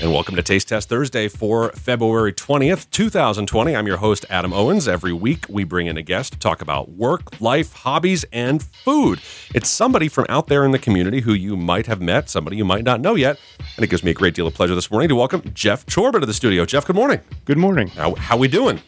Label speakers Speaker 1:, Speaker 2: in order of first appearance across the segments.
Speaker 1: And welcome to Taste Test Thursday for February 20th, 2020. I'm your host, Adam Owens. Every week, we bring in a guest to talk about work, life, hobbies, and food. It's somebody from out there in the community who you might have met, somebody you might not know yet. And it gives me a great deal of pleasure this morning to welcome Jeff Chorba to the studio. Jeff, good morning.
Speaker 2: Good morning.
Speaker 1: How, how we doing?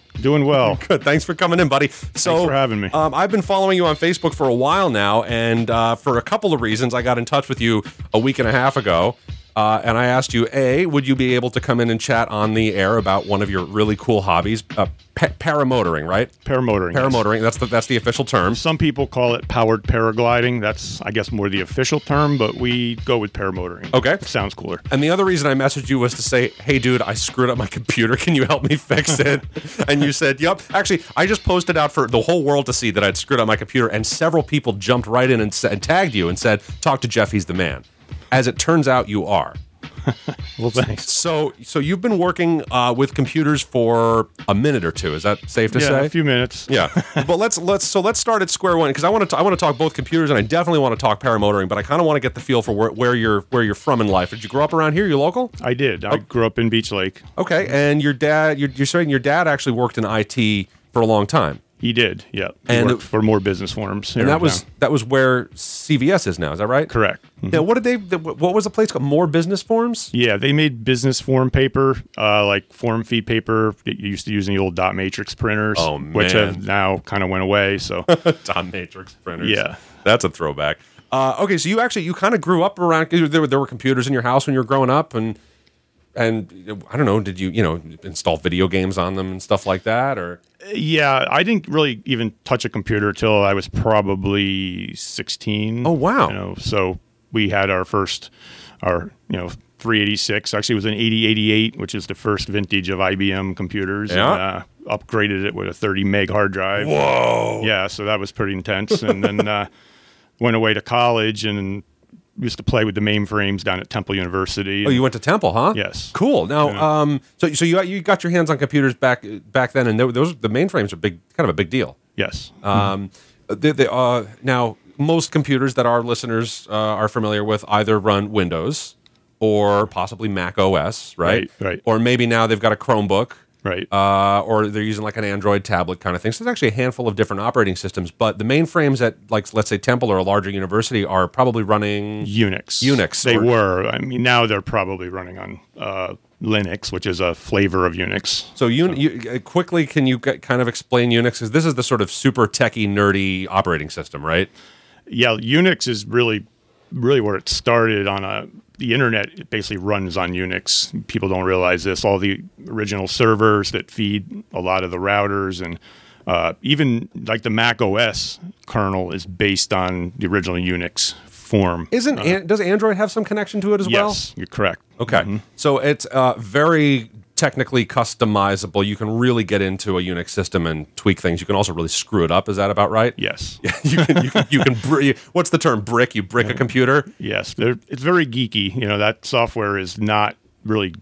Speaker 2: Doing well.
Speaker 1: Good. Thanks for coming in, buddy. So,
Speaker 2: Thanks for having me.
Speaker 1: Um, I've been following you on Facebook for a while now, and uh, for a couple of reasons, I got in touch with you a week and a half ago. Uh, and I asked you, A, would you be able to come in and chat on the air about one of your really cool hobbies? Uh, pa- paramotoring, right?
Speaker 2: Paramotoring. yes.
Speaker 1: Paramotoring, that's the, that's the official term.
Speaker 2: Some people call it powered paragliding. That's, I guess, more the official term, but we go with paramotoring.
Speaker 1: Okay.
Speaker 2: Sounds cooler.
Speaker 1: And the other reason I messaged you was to say, "Hey, dude, I screwed up my computer. Can you help me fix it?" and you said, "Yup." Actually, I just posted out for the whole world to see that I'd screwed up my computer, and several people jumped right in and, sa- and tagged you and said, "Talk to Jeff. He's the man." As it turns out, you are.
Speaker 2: Well, thanks.
Speaker 1: So, so you've been working uh, with computers for a minute or two. Is that safe to
Speaker 2: Yeah,
Speaker 1: say?
Speaker 2: a few minutes.
Speaker 1: yeah but let's let's so let's start at square one because i want to i want to talk both computers and i definitely want to talk paramotoring but i kind of want to get the feel for where, where you're where you're from in life did you grow up around here you local
Speaker 2: I did.
Speaker 1: Oh.
Speaker 2: I grew up in Beach Lake.
Speaker 1: okay and your dad you're, you're saying your dad actually worked in it for a long time
Speaker 2: He did. Yeah. He
Speaker 1: And-
Speaker 2: worked for more business firms.
Speaker 1: and that was that was where cvs is now is that right
Speaker 2: correct.
Speaker 1: now what did they what was the place called more business forms
Speaker 2: Yeah, they made business form paper, uh, like form fee paper that you used to use in the old dot matrix printers,
Speaker 1: Oh,
Speaker 2: which
Speaker 1: man.
Speaker 2: have now kind of went away. So
Speaker 1: Tom Matrix printers.
Speaker 2: Yeah.
Speaker 1: that's a throwback. Uh, okay, so you actually you kind of grew up around there were, there were computers in your house when you were growing up, and and I don't know, did you you know install video games on them and stuff like that, or
Speaker 2: Yeah, I didn't really even touch a computer till I was probably 16.
Speaker 1: Oh, wow.
Speaker 2: You know, so we had our first our, you know, 386. Actually, it was an 8088, which is the first vintage of IBM computers.
Speaker 1: Yeah.
Speaker 2: And, uh, upgraded it with a 30 meg hard drive.
Speaker 1: whoa,
Speaker 2: Yeah, so that was pretty intense. And then uh, went away to college and used to play with the mainframes down at Temple University.
Speaker 1: oh, you went to Temple, huh?
Speaker 2: Yes.
Speaker 1: cool. Now, um, so so you you got your hands on computers back back then, and there, those the mainframes are big, kind of a big deal.
Speaker 2: yes.
Speaker 1: Um, they, they, uh, now, most computers that our listeners uh, are familiar with either run Windows or possibly Mac OS, right?
Speaker 2: Right, right.
Speaker 1: Or maybe now they've got a Chromebook.
Speaker 2: right.
Speaker 1: Uh, or they're using like an Android tablet kind of thing. So there's actually a handful of different operating systems, but the mainframes at like let's say Temple or a larger university are probably running.
Speaker 2: Unix.
Speaker 1: Unix,
Speaker 2: They
Speaker 1: or-
Speaker 2: were. I mean, now they're probably running on uh, Linux, which is a flavor of Unix.
Speaker 1: So you, you uh, quickly can you g- kind of explain Unix? Because this is the sort of super techie nerdy operating system, right?
Speaker 2: Yeah, Unix is really, really where it started on a. The internet it basically runs on Unix. People don't realize this. All the original servers that feed a lot of the routers and uh, even like the Mac OS kernel is based on the original Unix form.
Speaker 1: Isn't an, does Android have some connection to it as well? Mm-hmm.
Speaker 2: yes, you're correct.
Speaker 1: Uh-huh.
Speaker 2: Mm-hmm.
Speaker 1: Okay. So it's uh, very technically customizable. You can really get into a Unix system and tweak things. You can also really screw it up. Is that about right?
Speaker 2: Yes.
Speaker 1: you can. You can. You can br- what's the term? Brick. You brick a computer.
Speaker 2: Yes, they're- it's very geeky. You know that software is not really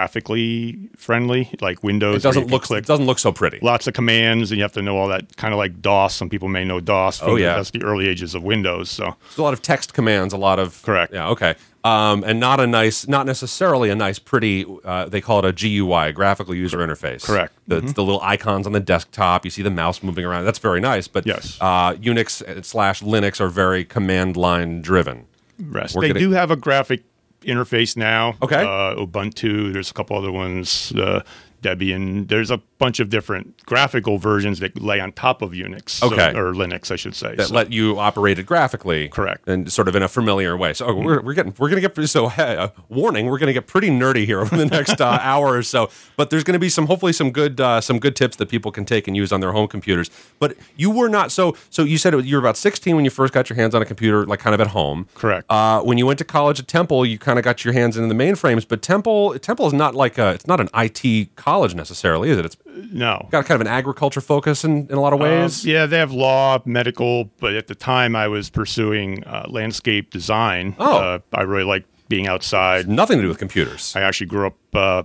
Speaker 2: graphically friendly, like Windows. where
Speaker 1: It doesn't
Speaker 2: you can
Speaker 1: look.
Speaker 2: click
Speaker 1: It doesn't look so pretty.
Speaker 2: lots of commands, and you have to know all that. Kind of like DOS. Some people may know DOS.
Speaker 1: Oh, yeah.
Speaker 2: that's the early ages of Windows. So
Speaker 1: There's a lot of text commands. A lot of
Speaker 2: Correct.
Speaker 1: Yeah. Okay. Um, and not a nice, not necessarily a nice, pretty. Uh, they call it a GUI, graphical user interface.
Speaker 2: Correct. Mm-hmm.
Speaker 1: The, the little icons on the desktop. You see the mouse moving around. That's very nice. But
Speaker 2: Yes.
Speaker 1: uh, Unix slash Linux are very command line driven.
Speaker 2: rest.
Speaker 1: We're
Speaker 2: They
Speaker 1: getting-
Speaker 2: do have a graphic interface now.
Speaker 1: Okay.
Speaker 2: uh, Ubuntu. There's a couple other ones. Uh, Debian. There's a bunch of different graphical versions that lay on top of Unix. so-
Speaker 1: Okay.
Speaker 2: or Linux, I should say.
Speaker 1: that
Speaker 2: So-
Speaker 1: let you operate it graphically,
Speaker 2: Correct.
Speaker 1: and sort of in a familiar way. So oh, we're, we're getting we're gonna get pretty- so hey, uh, warning we're gonna get pretty nerdy here over the next uh, hour or so. But there's gonna be some hopefully some good uh, some good tips that people can take and use on their home computers. But you were not so so you said it was- you were about 16 when you first got your hands on a computer, like kind of at home.
Speaker 2: Correct.
Speaker 1: Uh, when you went to college at Temple, you kind of got your hands into the mainframes. But Temple Temple is not like a it's not an IT college necessarily, is it? It's
Speaker 2: no.
Speaker 1: got kind of an agriculture focus in, in a lot of
Speaker 2: Um,
Speaker 1: ways.
Speaker 2: yeah, they have law, medical, but at the time I was pursuing uh, landscape design.
Speaker 1: Oh.
Speaker 2: Uh, I really liked being outside.
Speaker 1: Nothing to do with computers.
Speaker 2: I actually grew up, uh,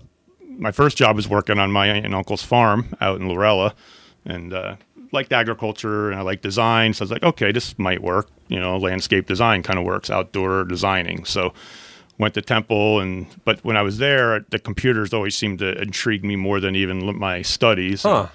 Speaker 2: my first job was working on my aunt and uncle's farm out in Lorella and uh, liked agriculture and I liked design. So I was like, okay, this might work. You know, landscape design kind of works, outdoor designing. So went to Temple, and but when I was there, the computers always seemed to intrigue me more than even my studies.
Speaker 1: Huh.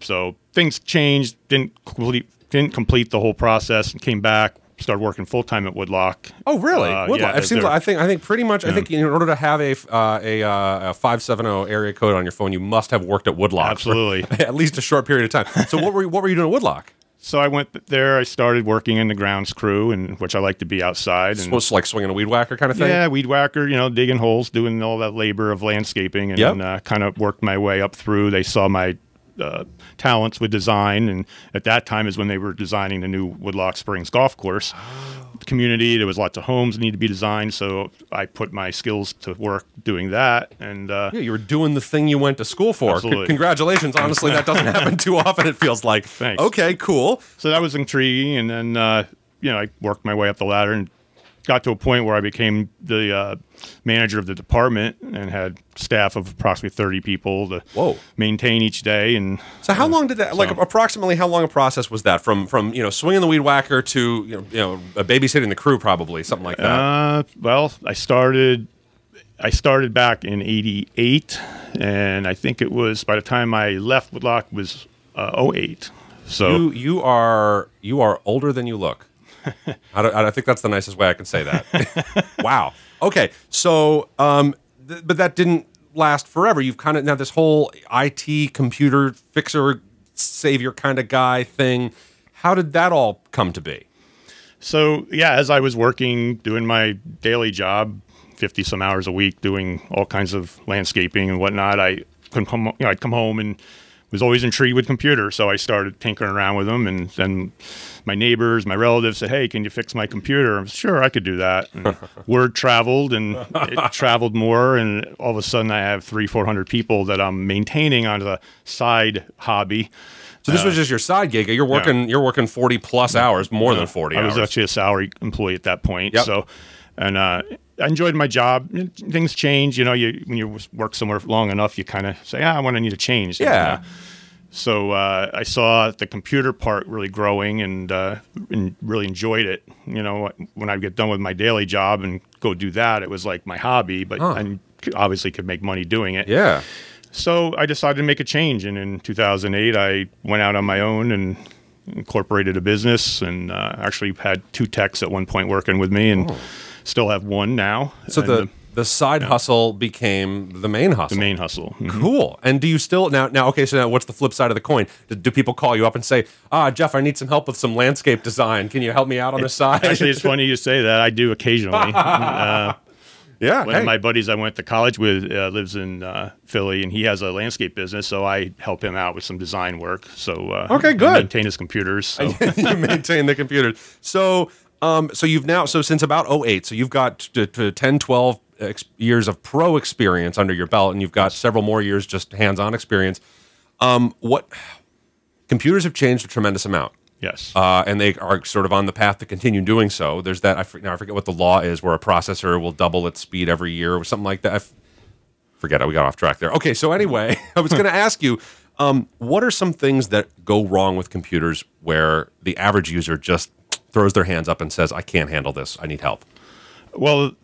Speaker 2: So things changed. Didn't complete didn't complete the whole process, and came back. Started working full time at Woodlock.
Speaker 1: Oh, really?
Speaker 2: Uh,
Speaker 1: Woodlock.
Speaker 2: yeah,
Speaker 1: it seems
Speaker 2: they're-
Speaker 1: like I think I think pretty much I think in order to have a f- uh, a, uh, a five seven zero area code on your phone, you must have worked at Woodlock
Speaker 2: Absolutely.
Speaker 1: for at least a short period of time. So what were you, what were you doing at Woodlock?
Speaker 2: So I went there. I started working in the grounds crew, and which I like to be outside. And,
Speaker 1: Supposed to like swinging a weed whacker kind of thing.
Speaker 2: yeah, weed whacker. You know, digging holes, doing all that labor of landscaping, and
Speaker 1: Yep.
Speaker 2: then, uh, kind of worked my way up through. They saw my uh, talents with design, and at that time is when they were designing the new Woodlock Springs golf course
Speaker 1: Oh.
Speaker 2: community. There was lots of homes that needed to be designed, so I put my skills to work doing that. And uh,
Speaker 1: Yeah, you were doing the thing you went to school for. C-
Speaker 2: Absolutely.
Speaker 1: congratulations. Honestly, that doesn't happen too often, it feels like.
Speaker 2: Thanks.
Speaker 1: Okay, cool.
Speaker 2: so that was intriguing and then uh, you know i worked my way up the ladder and got to a point where i became the uh, manager of the department and had staff of approximately 30 people to
Speaker 1: Whoa.
Speaker 2: maintain each day and
Speaker 1: So how long did that like approximately how long a process was that from from you know swinging the weed whacker to you know, you know uh, babysitting the crew probably something like that
Speaker 2: uh, well i started i started back in 88 and i think it was by the time i left woodlock was uh, 08 so
Speaker 1: you you are you are older than you look I, don't, I don't think that's the nicest way I can say that wow okay so um th- but that didn't last forever you've kind of now this whole IT computer fixer savior kind of guy thing how did that all come to be
Speaker 2: So yeah, as I was working, doing my daily job, fifty some hours a week, doing all kinds of landscaping and whatnot, I could come, you know, I'd come home and was always intrigued with computers. So I started tinkering around with them, and then my neighbors, my relatives said, "Hey, can you fix my computer?" I'm sure I could do that. And word traveled, and it traveled more, and all of a sudden, I have three, four hundred people that I'm maintaining on the side hobby.
Speaker 1: so
Speaker 2: Uh,
Speaker 1: this was just your side gig you're working you're working 40 plus hours more than 40
Speaker 2: I
Speaker 1: hours
Speaker 2: was actually a salary employee at that point.
Speaker 1: Yep.
Speaker 2: So, and uh, I enjoyed my job. Things change, you know. You when you work somewhere long enough, you kind of say, "Ah, I want to need a change."
Speaker 1: yeah
Speaker 2: So uh, I saw the computer part really growing and, uh, and really enjoyed it. You know, when I get done with my daily job and go do that, it was like my hobby, but
Speaker 1: Huh.
Speaker 2: I obviously could make money doing it.
Speaker 1: yeah
Speaker 2: So I decided to make a change, and in 2008, I went out on my own and incorporated a business, and uh, actually had two techs at one point working with me, and still have one
Speaker 1: Oh.
Speaker 2: now.
Speaker 1: so
Speaker 2: And
Speaker 1: the the side hustle became the main hustle
Speaker 2: the main hustle.
Speaker 1: Cool. And do you still now? Now, okay. So now, what's the flip side of the coin? Do, do people call you up and say, "Ah, Jeff, I need some help with some landscape design. Can you help me out on the side?"
Speaker 2: Actually, it's funny you say that. I do occasionally. uh,
Speaker 1: yeah.
Speaker 2: one
Speaker 1: hey.
Speaker 2: of my buddies I went to college with uh, lives in uh, Philly, and he has a landscape business, so I help him out with some design work. So uh,
Speaker 1: Okay,
Speaker 2: I
Speaker 1: good.
Speaker 2: Maintain his computers. So.
Speaker 1: you maintain the computers. So, um, so you've now so since about 08, so you've got t- t- 10, 12 ex- years of pro experience under your belt, and you've got several more years just hands-on experience. Um, what computers have changed a tremendous amount.
Speaker 2: yes.
Speaker 1: uh, and they are sort of on the path to continue doing so. There's that I, for, now I forget what the law is where a processor will double its speed every year or something like that. I f- forget it. We got off track there. Okay, so anyway, I was going to ask you, um, what are some things that go wrong with computers where the average user just throws their hands up and says, "I can't handle this. I need help."
Speaker 2: Well,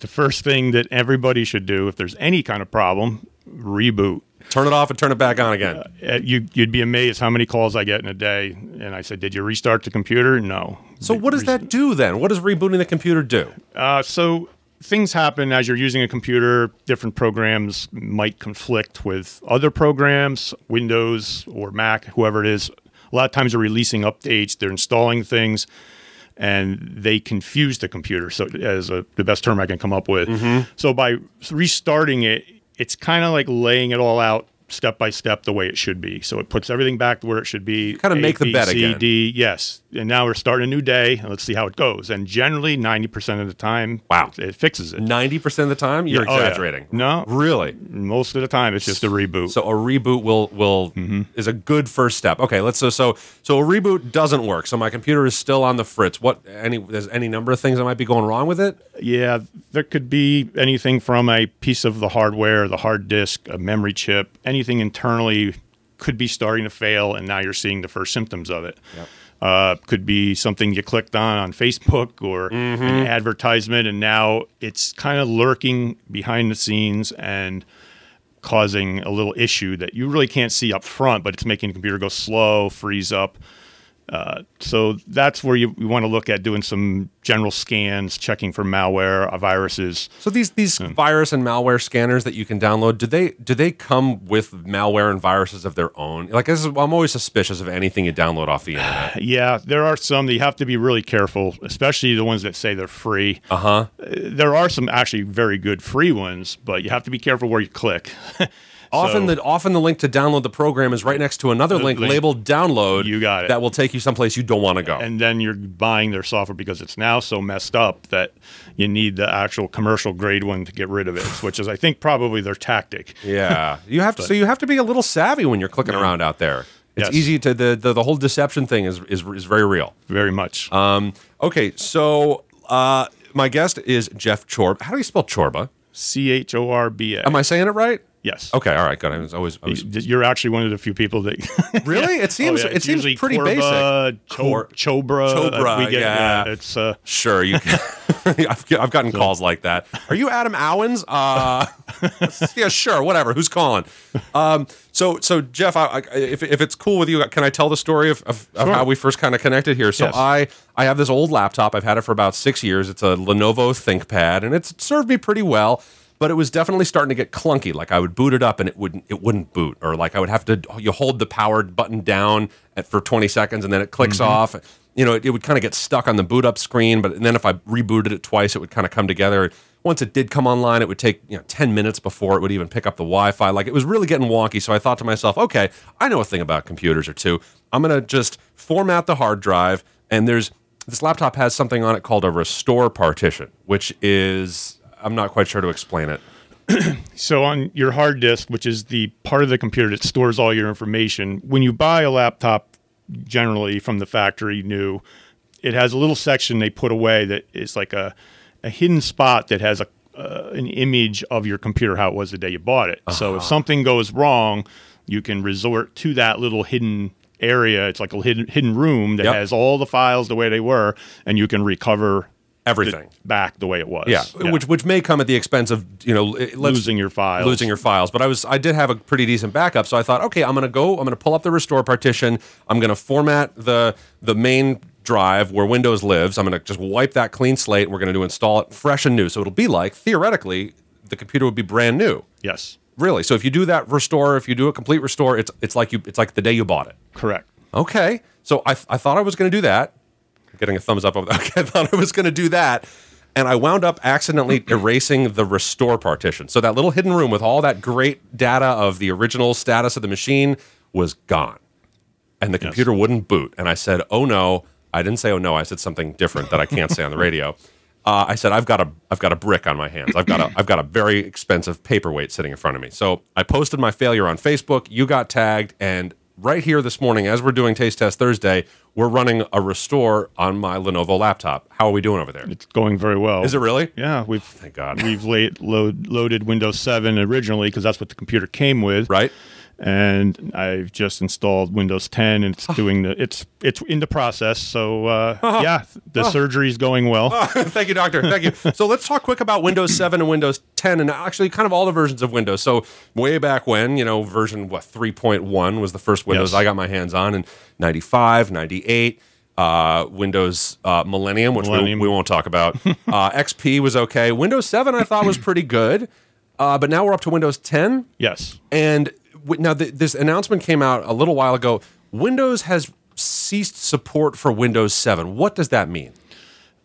Speaker 2: the first thing that everybody should do if there's any kind of problem, reboot.
Speaker 1: Turn it off and turn it back on again.
Speaker 2: Uh, You, you'd be amazed how many calls I get in a day. And I said, "Did you restart the computer?" No.
Speaker 1: So what does that do then? What does rebooting the computer do?
Speaker 2: Uh, so things happen as you're using a computer. Different programs might conflict with other programs, Windows or Mac, whoever it is. A lot of times they're releasing updates, they're installing things, and they confuse the computer. So, as a, the best term I can come up with.
Speaker 1: Mm-hmm.
Speaker 2: So, by restarting it, it's kind of like laying it all out step by step the way it should be. So it puts everything back to where it should be.
Speaker 1: Kinda
Speaker 2: A,
Speaker 1: make the
Speaker 2: B,
Speaker 1: bet
Speaker 2: C,
Speaker 1: again.
Speaker 2: D, yes. And now we're starting a new day, and let's see how it goes. And generally, ninety percent of the time,
Speaker 1: Wow.
Speaker 2: it, it fixes it.
Speaker 1: Ninety percent of the time, you're
Speaker 2: Yeah, oh, yeah.
Speaker 1: exaggerating.
Speaker 2: No.
Speaker 1: really.
Speaker 2: Most of the time, it's just a reboot.
Speaker 1: So a reboot will will
Speaker 2: Mm-hmm.
Speaker 1: is a good first step. Okay, let's so so so a reboot doesn't work. So my computer is still on the fritz. What any there's any number of things that might be going wrong with it.
Speaker 2: yeah, there could be anything from a piece of the hardware, the hard disk, a memory chip, anything internally could be starting to fail, and now you're seeing the first symptoms of it. Uh, could be something you clicked on on Facebook or an advertisement, and now it's kind of lurking behind the scenes and causing a little issue that you really can't see up front, but it's making the computer go slow, freeze up. Uh, so that's where you, you want to look at doing some general scans, checking for malware, uh, viruses.
Speaker 1: So these these
Speaker 2: Hmm.
Speaker 1: virus and malware scanners that you can download, do they do they come with malware and viruses of their own? Like this is, I'm always suspicious of anything you download off the internet.
Speaker 2: Yeah, there are some that you have to be really careful, especially the ones that say they're free. Uh-huh. There are some actually very good free ones, but you have to be careful where you click.
Speaker 1: Often the often the link to download the program is right next to another link
Speaker 2: link.
Speaker 1: labeled download.
Speaker 2: You got it.
Speaker 1: That will take you someplace you don't want to go.
Speaker 2: and then you're buying their software because it's now so messed up that you need the actual commercial grade one to get rid of it, which is I think probably their tactic.
Speaker 1: yeah, you have to. so you have to be a little savvy when you're clicking around out there. It's
Speaker 2: Yes.
Speaker 1: easy to the, the the whole deception thing is is, is very real.
Speaker 2: Very much.
Speaker 1: Um, okay, so uh, my guest is Jeff Chorb. How do you spell Chorba?
Speaker 2: C H O R B A.
Speaker 1: Am I saying it right?
Speaker 2: Yes.
Speaker 1: um, Okay, all right, good. I was always, I was
Speaker 2: You're actually one of the few people that
Speaker 1: Really? It seems
Speaker 2: Oh, yeah,
Speaker 1: it
Speaker 2: it's
Speaker 1: seems
Speaker 2: usually
Speaker 1: pretty basic.
Speaker 2: Corba, Cho-
Speaker 1: Cor-
Speaker 2: Chobra. uh,
Speaker 1: Chobra, yeah.
Speaker 2: It's uh,
Speaker 1: Sure, you. Can, I've, I've gotten calls like that. Are you Adam Owens? Uh, yeah, sure, whatever. Who's calling? Um, so, so Jeff, I, I, if, if it's cool with you, can I tell the story of, of, of how we first kind of connected here? So,
Speaker 2: Yes.
Speaker 1: I I have this old laptop. I've had it for about six years. It's a Lenovo ThinkPad, and it's served me pretty well. But it was definitely starting to get clunky. Like I would boot it up and it wouldn't it wouldn't boot, or like I would have to you hold the power button down at, for 20 seconds and then it clicks off. You know, it, it would kind of get stuck on the boot up screen. But and then if I rebooted it twice, it would kind of come together. Once it did come online, it would take you know 10 minutes before it would even pick up the Wi-Fi. Like it was really getting wonky. So I thought to myself, okay, I know a thing about computers or two. I'm gonna just format the hard drive. And there's this laptop has something on it called a restore partition, which is I'm not quite sure to explain it.
Speaker 2: So on your hard disk, which is the part of the computer that stores all your information, when you buy a laptop, generally from the factory new, it has a little section they put away that is like a, a hidden spot that has a uh, an image of your computer how it was the day you bought it. So if
Speaker 1: Uh-huh.
Speaker 2: something goes wrong, you can resort to that little hidden area. It's like a hidden hidden room that
Speaker 1: Yep.
Speaker 2: has all the files the way they were, and you can recover
Speaker 1: Everything.
Speaker 2: the- back the way it was.
Speaker 1: Yeah, which which may come at the expense of you know let's-
Speaker 2: losing your files.
Speaker 1: losing your files. But I was I did have a pretty decent backup, so I thought, okay, I'm gonna go, I'm gonna pull up the restore partition, I'm gonna format the the main drive where Windows lives. I'm gonna just wipe that clean slate, and we're gonna do install it fresh and new. So it'll be like theoretically the computer would be brand new.
Speaker 2: Yes.
Speaker 1: Really. So if you do that restore, if you do a complete restore, it's it's like you it's like the day you bought it.
Speaker 2: Correct.
Speaker 1: Okay. So I, I thought I was going to do that. Getting a thumbs up over that. Okay, I thought I was going to do that. And I wound up accidentally erasing the restore partition. So that little hidden room with all that great data of the original status of the machine was gone. And the computer wouldn't boot. And I said, oh no. I didn't say oh no. I said something different that I can't say on the radio. Uh, I said I've got a I've got a brick on my hands. I've got a I've got a very expensive paperweight sitting in front of me. So I posted my failure on Facebook. You got tagged, and right here this morning, as we're doing Taste Test Thursday, we're running a restore on my Lenovo laptop. How are we doing over there?
Speaker 2: It's going very well.
Speaker 1: Is it really?
Speaker 2: Yeah, we've
Speaker 1: Thank God.
Speaker 2: we've laid, load, loaded Windows 7 originally because that's what the computer came with.
Speaker 1: Right.
Speaker 2: And I've just installed Windows 10, and
Speaker 1: Ah.
Speaker 2: it's doing the it's it's in the process. So uh, yeah, the
Speaker 1: Ah.
Speaker 2: surgery's going well.
Speaker 1: Thank you, doctor. Thank you. So let's talk quick about Windows 7 and Windows 10, and actually kind of all the versions of Windows. So way back when, you know, version what 3.1 was the first Windows
Speaker 2: Yes.
Speaker 1: I got my hands on, in 95, 98. Uh, Windows uh, Millennium, which
Speaker 2: Millennium.
Speaker 1: We, we won't talk about. Uh, XP was okay. Windows 7, I thought, was pretty good. Uh, but now we're up to Windows 10.
Speaker 2: yes,
Speaker 1: And w- now th- this announcement came out a little while ago. Windows has ceased support for Windows 7. What does that mean?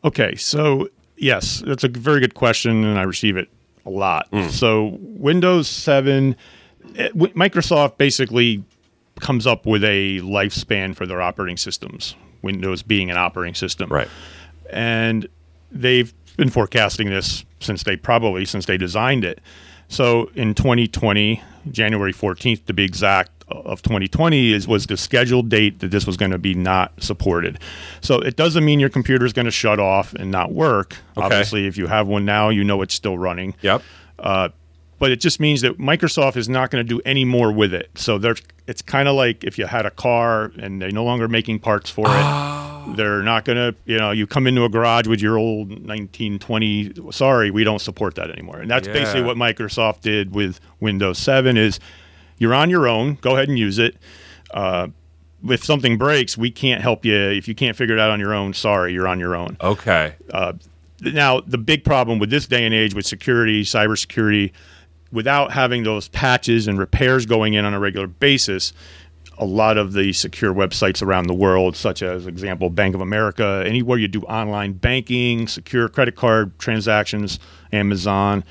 Speaker 2: Okay, so yes, that's a very good question, and I receive it a lot. So Windows Seven, eh, w- Microsoft basically comes up with a lifespan for their operating systems. Windows being an operating system,
Speaker 1: Right.
Speaker 2: And they've been forecasting this since they probably since they designed it. So in 2020, January 14th to be exact of 2020 is was the scheduled date that this was going to be not supported. So it doesn't mean your computer is going to shut off and not work. Obviously, if you have one now, you know it's still running.
Speaker 1: Yep.
Speaker 2: Uh, but it just means that Microsoft is not going to do any more with it. So they're it's kind of like if you had a car and they're no longer making parts for it. They're not going to, you know, you come into a garage with your old 1920, sorry, we don't support that anymore. And that's basically
Speaker 1: Yeah.
Speaker 2: what Microsoft did with Windows 7 is you're on your own, go ahead and use it. Uh, if something breaks, we can't help you. If you can't figure it out on your own, sorry, you're on your own.
Speaker 1: Okay.
Speaker 2: Now, the big problem with this day and age with security, cybersecurity, without having those patches and repairs going in on a regular basis, a lot of the secure websites around the world, such as example Bank of America, anywhere you do online banking, secure credit card transactions, Amazon,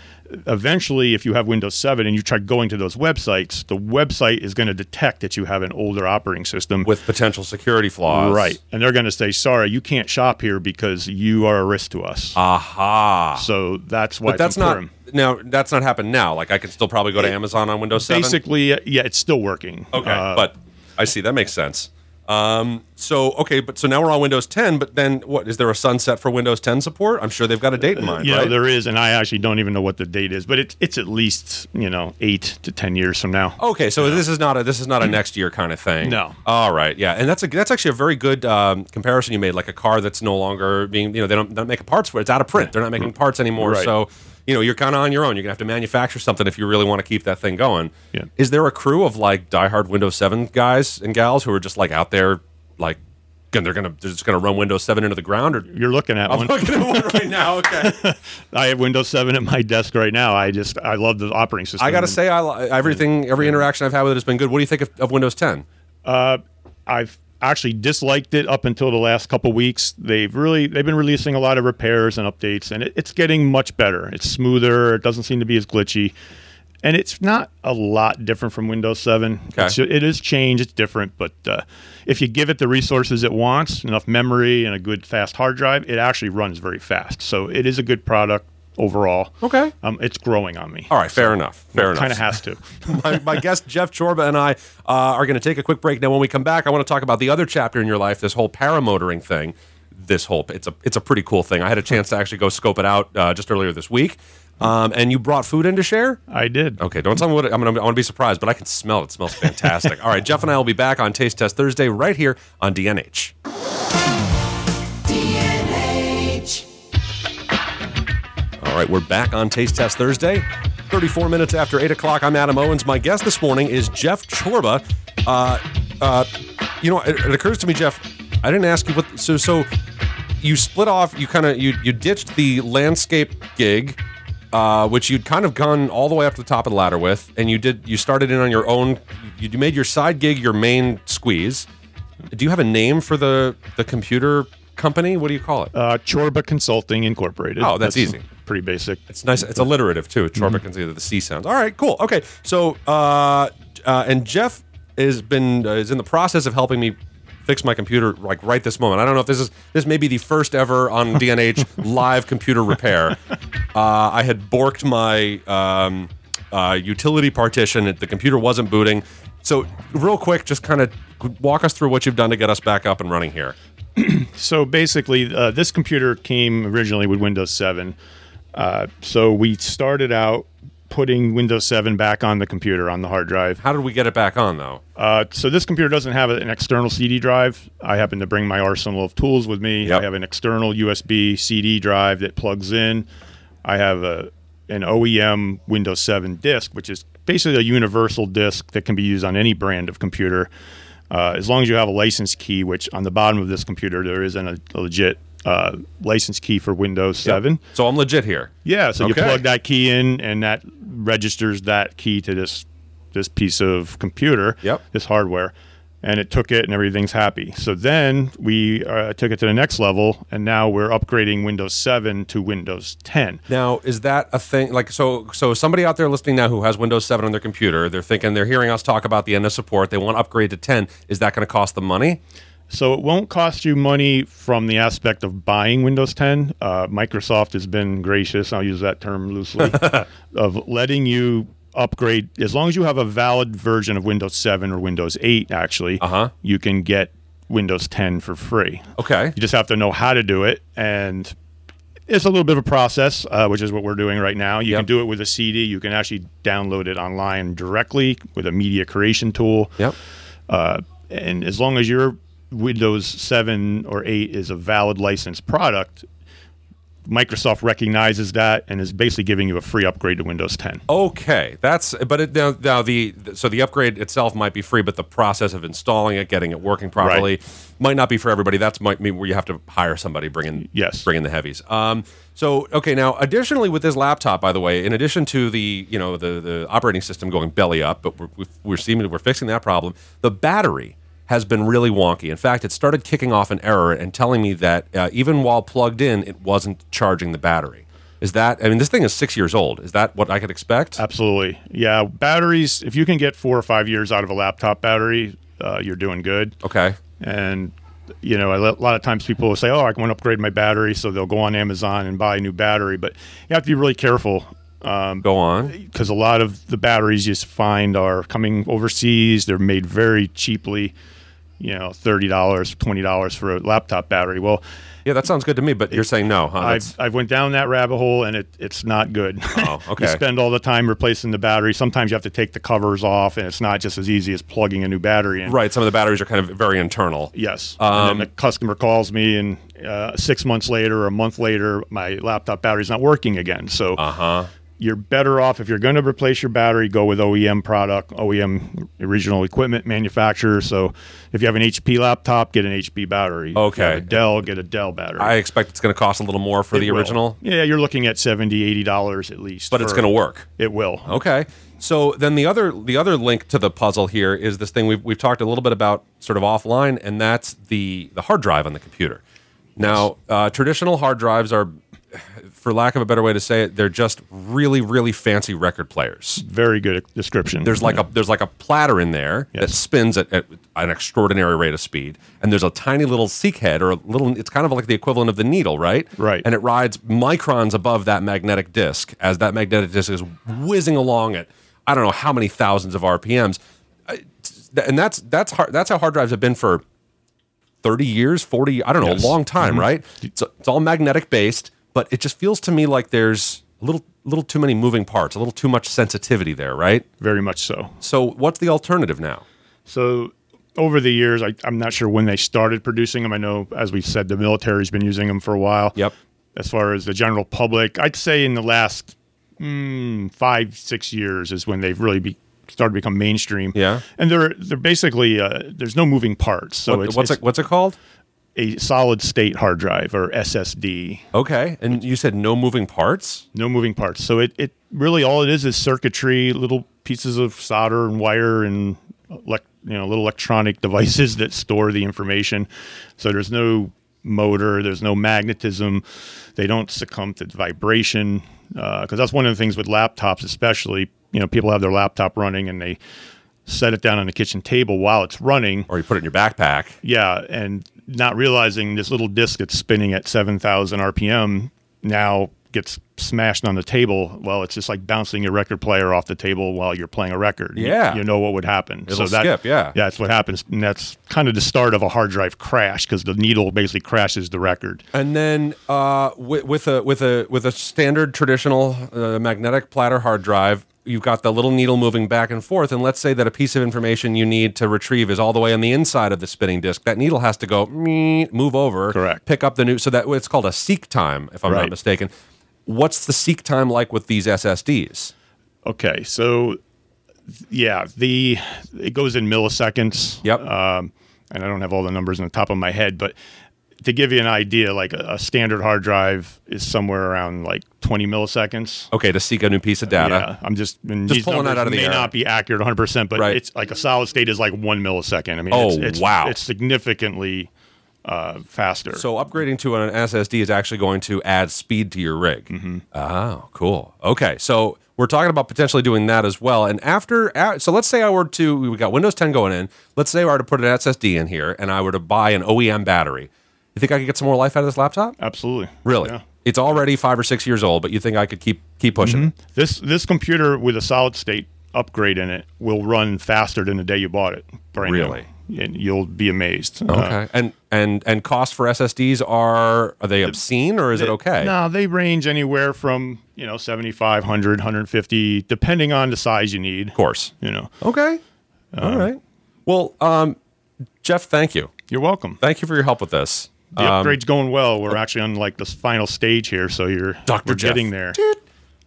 Speaker 2: eventually if you have Windows 7 and you try going to those websites, the website is going to detect that you have an older operating system
Speaker 1: With potential security flaws.
Speaker 2: right and they're going to say sorry you can't shop here because you are a risk to us
Speaker 1: Aha.
Speaker 2: so that's why
Speaker 1: But
Speaker 2: it's
Speaker 1: that's not
Speaker 2: important.
Speaker 1: now. That's not happened now. Like I can still probably go to Amazon on Windows Seven.
Speaker 2: Basically, yeah, it's still working.
Speaker 1: Okay,
Speaker 2: Uh,
Speaker 1: but I see that makes sense. Um, so okay, but so now we're on Windows 10. But then what is there a sunset for Windows 10 support? I'm sure they've got a date in mind.
Speaker 2: you know,
Speaker 1: right?
Speaker 2: there is, and I actually don't even know what the date is, but it's it's at least you know eight to ten years from now.
Speaker 1: Okay, so this is not a this is not a next year kind of thing.
Speaker 2: No.
Speaker 1: All right. Yeah, and that's a that's actually a very good um, comparison you made. Like a car that's no longer being you know they don't, they don't make parts for it. It's out of print. They're not making parts anymore.
Speaker 2: Right.
Speaker 1: So you know you're kind of on your own. You're gonna have to manufacture something if you really want to keep that thing going.
Speaker 2: Yeah.
Speaker 1: Is there a crew of like diehard Windows Seven guys and gals who are just like out there like and they're gonna they're just gonna run Windows Seven into the ground or?
Speaker 2: You're looking at one.
Speaker 1: I'm looking at one right now. Okay.
Speaker 2: I have Windows 7 at my desk right now. I just I love the operating system.
Speaker 1: I gotta say, I li- everything every interaction I've had with it has been good. What do you think of, of Windows 10?
Speaker 2: I've actually disliked it up until the last couple weeks. They've really they've been releasing a lot of repairs and updates, and it, it's getting much better. It's smoother. It doesn't seem to be as glitchy, and it's not a lot different from Windows 7.
Speaker 1: Okay.
Speaker 2: It's, it is change. It's different, but uh, if you give it the resources it wants, enough memory and a good fast hard drive, it actually runs very fast. So it is a good product overall.
Speaker 1: Okay.
Speaker 2: Um, it's growing on me.
Speaker 1: All right, fair enough. Fair enough.
Speaker 2: Kind of has to.
Speaker 1: my, my guest Jeff Chorba and I uh, are going to take a quick break. Now, when we come back, I want to talk about the other chapter in your life, this whole paramotoring thing. This whole it's a it's a pretty cool thing. I had a chance to actually go scope it out uh, just earlier this week. Um, and you brought food in to share.
Speaker 2: I did.
Speaker 1: Okay, don't tell me what it, I'm going to. I want to be surprised, but I can smell it. It smells fantastic. All right, Jeff and I will be back on Taste Test Thursday right here on DNH.
Speaker 3: DNH.
Speaker 1: All right, we're back on Taste Test Thursday. 34 minutes after 8 o'clock. I'm Adam Owens. My guest this morning is Jeff Chorba. Uh, uh, you know, it, it occurs to me, Jeff, I didn't ask you what. So, so you split off, you kind of you, you ditched the landscape gig. Uh, which you'd kind of gone all the way up to the top of the ladder with, and you did. You started in on your own. You you made your side gig your main squeeze. Do you have a name for the the computer company? What do you call it?
Speaker 2: Uh, Chorba Consulting Incorporated.
Speaker 1: Oh, that's easy.
Speaker 2: Pretty basic.
Speaker 1: It's nice. It's alliterative too. Chorba can see the C sounds. All right, cool. Okay, so uh, uh, and Jeff has been uh, is in the process of helping me fix my computer like right this moment. I don't know if this is this may be the first ever on DNH live computer repair. Uh, I had borked my um, uh, utility partition. The computer wasn't booting. So real quick, just kind of walk us through what you've done to get us back up and running here.
Speaker 2: So basically, uh, this computer came originally with Windows 7. Uh, so we started out putting Windows 7 back on the computer on the hard drive.
Speaker 1: How did we get it back on though?
Speaker 2: Uh, so this computer doesn't have an external CD drive. I happen to bring my arsenal of tools with me.
Speaker 1: Yep.
Speaker 2: I have an external USB CD drive that plugs in. I have a an OEM Windows 7 disk, which is basically a universal disk that can be used on any brand of computer, uh, as long as you have a license key. Which on the bottom of this computer there isn't a, a legit uh, license key for Windows 7.
Speaker 1: So I'm legit here.
Speaker 2: Yeah, so
Speaker 1: Okay.
Speaker 2: you plug that key in, and that registers that key to this this piece of computer,
Speaker 1: Yep.
Speaker 2: this hardware, and it took it, and everything's happy. So then we uh, took it to the next level, and now we're upgrading Windows 7 to Windows 10.
Speaker 1: Now, is that a thing? Like, so, so somebody out there listening now who has Windows 7 on their computer, they're thinking they're hearing us talk about the end of support. They want to upgrade to 10. Is that going to cost them money?
Speaker 2: So it won't cost you money from the aspect of buying Windows 10. Uh, Microsoft has been gracious, I'll use that term loosely, of letting you upgrade as long as you have a valid version of Windows 7 or Windows 8. Actually,
Speaker 1: Uh-huh.
Speaker 2: you can get Windows 10 for free.
Speaker 1: Okay.
Speaker 2: You just have to know how to do it, and It's a little bit of a process, uh, which is what we're doing right now. You
Speaker 1: Yep.
Speaker 2: can do it with a CD. You can actually download it online directly with a media creation tool.
Speaker 1: Yep.
Speaker 2: Uh, and as long as your Windows 7 or 8 is a valid licensed product, Microsoft recognizes that and is basically giving you a free upgrade to Windows 10.
Speaker 1: Okay, that's but it, now, now the so the upgrade itself might be free, but the process of installing it, getting it working properly, might not be for everybody. That's might mean where you have to hire somebody bring in
Speaker 2: Yes.
Speaker 1: bring in the heavies. Um, so okay, now additionally with this laptop, by the way, in addition to the you know the the operating system going belly up, but we're we're, we're seeming we're fixing that problem. The battery has been really wonky. In fact, it started kicking off an error and telling me that uh, even while plugged in, it wasn't charging the battery. Is that? I mean, this thing is six years old. Is that what I could expect?
Speaker 2: Uh, Absolutely. Yeah. Batteries, if you can get four or five years out of a laptop battery, uh, you're doing good.
Speaker 1: Okay.
Speaker 2: And you know, a lo- lot of times people will say, "Oh, I want to upgrade my battery," so they'll go on Amazon and buy a new battery. But you have to be really careful because
Speaker 1: Go on.
Speaker 2: a lot of the batteries you find are coming overseas. They're made very cheaply. You know, thirty dollars, twenty dollars for a laptop battery. Well,
Speaker 1: Yeah, that sounds good to me, but you're saying no, huh?
Speaker 2: I've,
Speaker 1: That's-
Speaker 2: I've went down that rabbit hole and it, it's not good.
Speaker 1: Oh, okay.
Speaker 2: you spend all the time replacing the battery. Sometimes you have to take the covers off, and it's not just as easy as plugging a new battery in.
Speaker 1: right. Um, Some of the batteries are kind of very internal.
Speaker 2: Yes. and then the customer calls me, and uh, six months later or a month later, my laptop battery's not working again. So
Speaker 1: Uh huh.
Speaker 2: you're better off if you're going to replace your battery, go with OEM product, OEM original equipment manufacturer. So if you have an HP laptop, get an HP battery. If you have
Speaker 1: Okay.
Speaker 2: a Dell, get a Dell battery.
Speaker 1: I expect it's going to cost a little more for the
Speaker 2: It will.
Speaker 1: original,
Speaker 2: Yeah, you're looking at 70 80 dollars at least.
Speaker 1: but it's
Speaker 2: for-
Speaker 1: going to work.
Speaker 2: It will.
Speaker 1: Oh, Okay. So then the other the other link to the puzzle here is this thing we've we've talked a little bit about sort of offline, and that's the the hard drive on the computer. Now, uh, traditional hard drives are, for lack of a better way to say it, they're just really really fancy record players.
Speaker 2: Very good description.
Speaker 1: There's like a there's like a platter in there that
Speaker 2: Yes.
Speaker 1: spins at, at an extraordinary rate of speed, and there's a tiny little seek head or a little. It's kind of like the equivalent of the needle, right?
Speaker 2: Right.
Speaker 1: And it rides microns above that magnetic disc as that magnetic disc is whizzing along at I don't know how many thousands of RPMs, Uh, and that's that's hard, that's how hard drives have been for 30 years, 40, I don't know, a long time,
Speaker 2: Mm-hmm.
Speaker 1: right? It's, it's all magnetic based, but it just feels to me like there's a little little too many moving parts, a little too much sensitivity there, right?
Speaker 2: very much so.
Speaker 1: So what's the alternative now?
Speaker 2: So over the years, I, I'm not sure when they started producing them. I know, as we said, the military's been using them for a while.
Speaker 1: Yep.
Speaker 2: As far as the general public, I'd say in the last mm, five six years is when they've really be, started to become mainstream.
Speaker 1: Yeah.
Speaker 2: And they're they're basically uh, there's no moving parts, so Oh, it's,
Speaker 1: what's
Speaker 2: it's
Speaker 1: it what's it called?
Speaker 2: a solid state hard drive or SSD.
Speaker 1: Okay, and you said no moving parts.
Speaker 2: no moving parts. So it, it really all it is is circuitry, little pieces of solder and wire and elec- you know little electronic devices that store the information. So there's no motor, there's no magnetism. They don't succumb to vibration because that's one of the things with laptops, especially. You know, people have their laptop running and they set it down on the kitchen table while it's running.
Speaker 1: Or you put it in your backpack.
Speaker 2: Yeah, and not realizing this little disc that's spinning at 7,000 RPM now gets smashed on the table. Well, it's just like bouncing your record player off the table while you're playing a record. You-
Speaker 1: Yeah.
Speaker 2: You, know what would happen.
Speaker 1: It'll skip, yeah.
Speaker 2: That's what happens. And that's kind of the start of a hard drive crash because the needle basically crashes the record.
Speaker 1: And then uh, with, with a with a with a standard traditional uh, magnetic platter hard drive, you've got the little needle moving back and forth. And let's say that a piece of information you need to retrieve is all the way on the inside of the spinning disk. That needle has to go meh, move over,
Speaker 2: Correct.
Speaker 1: Pick up the new. So that it's called a seek time, if I'm not
Speaker 2: Right.
Speaker 1: mistaken. What's the seek time like with these SSDs?
Speaker 2: Okay, so th- yeah, the it goes in milliseconds.
Speaker 1: Yep.
Speaker 2: Um, and I don't have all the numbers on the top of my head, but to give you an idea, like a, a standard hard drive is somewhere around like 20 milliseconds.
Speaker 1: Okay, to seek a new piece of data.
Speaker 2: Yeah, I'm just and
Speaker 1: Just
Speaker 2: these
Speaker 1: pulling that
Speaker 2: numbers
Speaker 1: out of the
Speaker 2: may
Speaker 1: air.
Speaker 2: not be accurate 100, percent but
Speaker 1: Right.
Speaker 2: it's like a solid state is like one millisecond. I mean,
Speaker 1: Oh,
Speaker 2: it's, it's,
Speaker 1: wow.
Speaker 2: it's significantly uh, faster.
Speaker 1: So upgrading to an SSD is actually going to add speed to your rig. Oh, cool. Okay, so we're talking about potentially doing that as well. And after, a- so let's say I were to, we got Windows 10 going in. Let's say I were to put an SSD in here, and I were to buy an OEM battery. You think I could get some more life out of this laptop?
Speaker 2: absolutely,
Speaker 1: Really?
Speaker 2: Yeah.
Speaker 1: It's already five or six years old, but you think I could keep keep pushing? it?
Speaker 2: This this computer with a solid state upgrade in it will run faster than the day you bought it. Brand new.
Speaker 1: Really?
Speaker 2: and you'll be amazed. Uh,
Speaker 1: Okay. and and and costs for SSDs are are they obscene or is it okay?
Speaker 2: No, they range anywhere from, you know, 75, 100, 150, depending on the size you need.
Speaker 1: Of course.
Speaker 2: You know,
Speaker 1: Okay. All right. Well, um, Jeff, thank you.
Speaker 2: you're welcome.
Speaker 1: Thank you for your help with this. Uh,
Speaker 2: The upgrade's going well. We're actually on like the final stage here, so you're
Speaker 1: Dr.
Speaker 2: we're
Speaker 1: Jeff.
Speaker 2: getting there.
Speaker 1: Toot,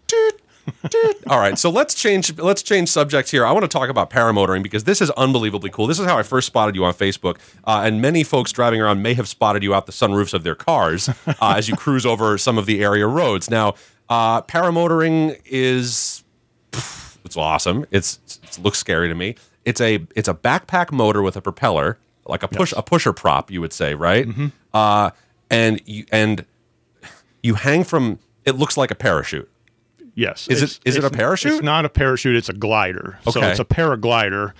Speaker 1: toot, toot. All right, so let's change let's change subjects here. I want to talk about paramotoring because this is unbelievably cool. This is how I first spotted you on Facebook, uh, and many folks driving around may have spotted you out the sunroofs of their cars uh, as you cruise over some of the area roads. Now, uh, paramotoring is pff, it's awesome. It's it looks scary to me. It's a it's a backpack motor with a propeller, like a push a pusher prop, you would say, right?
Speaker 2: Mm-hmm.
Speaker 1: Uh, and you and you hang from it looks like a parachute
Speaker 2: Yes.
Speaker 1: Is it-
Speaker 2: It's-
Speaker 1: is it a
Speaker 2: it's-
Speaker 1: parachute?
Speaker 2: It's not a parachute. It's a glider. So
Speaker 1: Okay.
Speaker 2: it's a paraglider.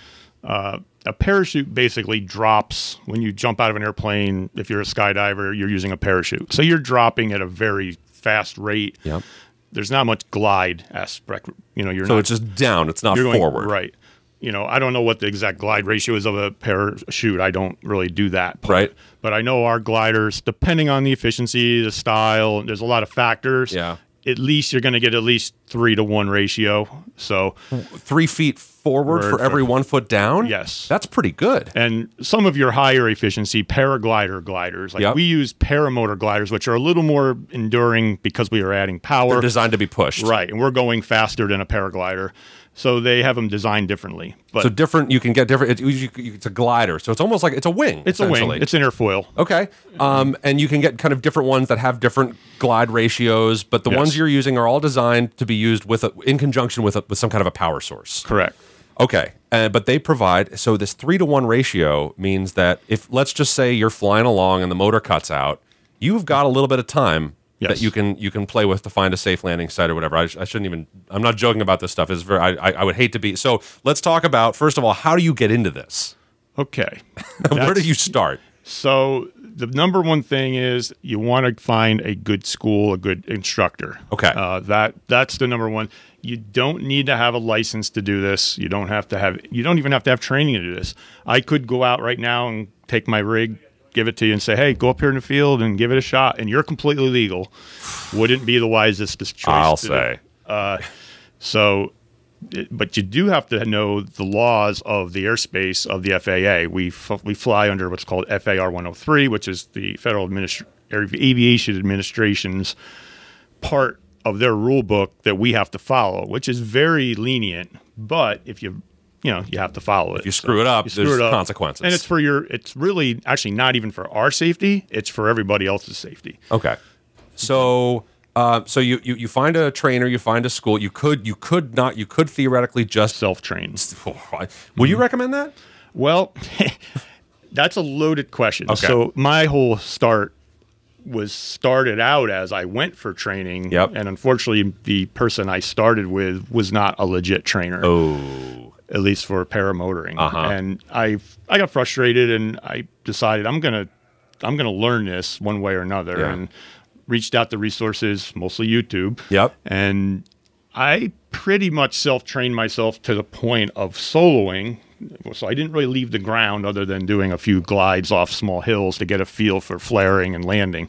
Speaker 2: Uh, a parachute basically drops when you jump out of an airplane. If you're a skydiver, you're using a parachute. So you're dropping at a very fast rate.
Speaker 1: Yep.
Speaker 2: There's not much glide aspect. You know, you're
Speaker 1: so
Speaker 2: not
Speaker 1: it's just down it's not
Speaker 2: you're going
Speaker 1: forward
Speaker 2: Right. You know, I don't know what the exact glide ratio is of a parachute. I don't really do that. part.
Speaker 1: Right.
Speaker 2: But I know our gliders, depending on the efficiency, the style, there's a lot of factors.
Speaker 1: Yeah.
Speaker 2: At least you're going to get at least three to one ratio. So,
Speaker 1: three feet forward
Speaker 2: Forward
Speaker 1: for every one foot down
Speaker 2: Yes.
Speaker 1: that's pretty good
Speaker 2: and some of your higher efficiency paraglider gliders, like
Speaker 1: Yep.
Speaker 2: we use paramotor gliders, which are a little more enduring because we are adding power.
Speaker 1: they're designed to be pushed
Speaker 2: right. And we're going faster than a paraglider. So they have them designed differently. But
Speaker 1: so different you can get different it, you, you- it's a glider so it's almost like it's a wing
Speaker 2: it's a wing,
Speaker 1: essentially.
Speaker 2: it's an airfoil.
Speaker 1: okay um, and you can get kind of different ones that have different glide ratios but the
Speaker 2: Yes.
Speaker 1: ones you're using are all designed to be used with a, in conjunction with a, with some kind of a power source
Speaker 2: Correct.
Speaker 1: Okay, uh, but they provide so this three to one ratio means that if let's just say you're flying along and the motor cuts out, you've got a little bit of time
Speaker 2: Yes.
Speaker 1: that you can you can play with to find a safe landing site or whatever. I, sh- I shouldn't even. I'm not joking about this stuff. It's very. I, I, I would hate to be. So let's talk about first of all, how do you get into this?
Speaker 2: Okay.
Speaker 1: Where do
Speaker 2: That's-
Speaker 1: you start?
Speaker 2: So the number one thing is you want to find a good school, a good instructor.
Speaker 1: Okay.
Speaker 2: Uh, that that's the number one. You don't need to have a license to do this. You don't have to have. You don't even have to have training to do this. I could go out right now and take my rig, give it to you, and say, "Hey, go up here in the field and give it a shot," and you're completely legal. Wouldn't be the wisest choice.
Speaker 1: I'll
Speaker 2: to do.
Speaker 1: say.
Speaker 2: So, it- but you do have to know the laws of the airspace of the FAA. We f- we fly under what's called FAR 103, which is the Federal Administr- Air- Aviation Administration's part of their rule book that we have to follow, which is very lenient. But if you you know you have to follow it. If
Speaker 1: you screw it up, there's consequences.
Speaker 2: and it's for your. It's really actually not even for our safety. It's for everybody else's safety.
Speaker 1: Okay. So uh, so you, you you find a trainer, you find a school. You could you could not you could theoretically just.
Speaker 2: Self train.
Speaker 1: Would
Speaker 2: Mm-hmm.
Speaker 1: you recommend that?
Speaker 2: Well, that's a loaded question.
Speaker 1: Okay.
Speaker 2: So my whole start was started out as I went for training,
Speaker 1: Yep.
Speaker 2: and unfortunately, the person I started with was not a legit trainer,
Speaker 1: Oh.
Speaker 2: at least for paramotoring.
Speaker 1: Uh-huh.
Speaker 2: And I I got frustrated, and I decided I'm gonna I'm gonna learn this one way or another,
Speaker 1: Yeah.
Speaker 2: and reached out to resources, mostly YouTube.
Speaker 1: Yep.
Speaker 2: And I pretty much self trained myself to the point of soloing. So I didn't really leave the ground other than doing a few glides off small hills to get a feel for flaring and landing.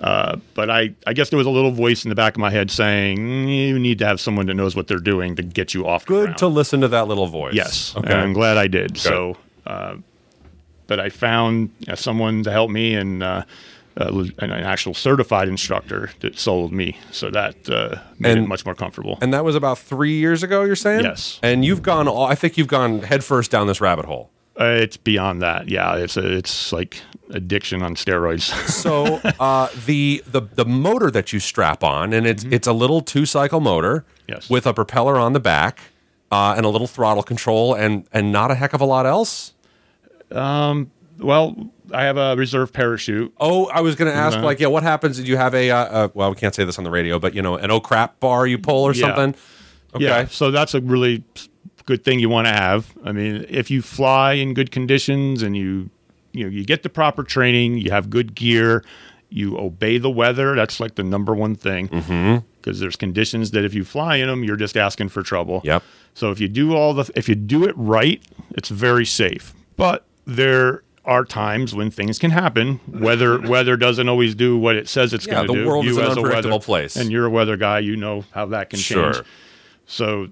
Speaker 2: Uh, but I, I guess there was a little voice in the back of my head saying, "Mm, you need to have someone that knows what they're doing to get you off the
Speaker 1: Good
Speaker 2: ground."
Speaker 1: to listen to that little voice.
Speaker 2: Yes,
Speaker 1: Okay.
Speaker 2: and I'm glad I did. So, uh, but I found uh, someone to help me and uh, uh, le- an an actual certified instructor that sold me, so that uh, made it
Speaker 1: And-
Speaker 2: much more comfortable.
Speaker 1: And that was about three years ago, you're saying?
Speaker 2: Yes.
Speaker 1: And you've gone, all, I think you've gone headfirst down this rabbit hole.
Speaker 2: uh, it's beyond that. Yeah, it's a, it's like addiction on steroids.
Speaker 1: So uh, the, the the motor that you strap on, and it's it's a little two cycle motor
Speaker 2: Mm-hmm. Yes.
Speaker 1: with a propeller on the back uh, and a little throttle control, and and not a heck of a lot else.
Speaker 2: well, I have a reserve parachute.
Speaker 1: Oh, I was going to ask, like, yeah, what happens? Do you have a, uh, uh, well, we can't say this on the radio, but you know, an oh crap bar you pull or
Speaker 2: Yeah.
Speaker 1: something? Okay.
Speaker 2: Yeah, so that's a really good thing you want to have. I mean, if you fly in good conditions and you you know you get the proper training, you have good gear, you obey the weather. That's like the number one thing because
Speaker 1: Mm-hmm.
Speaker 2: there's conditions that if you fly in them, you're just asking for trouble.
Speaker 1: Yep.
Speaker 2: So if you do all the if you do it right, it's very safe. But there are times when things can happen. Weather weather doesn't always do what it says it's
Speaker 1: Yeah,
Speaker 2: going to
Speaker 1: the
Speaker 2: do.
Speaker 1: world is an
Speaker 2: as a
Speaker 1: unpredictable place.
Speaker 2: and you're a weather guy. You know how that can
Speaker 1: Sure.
Speaker 2: change. So,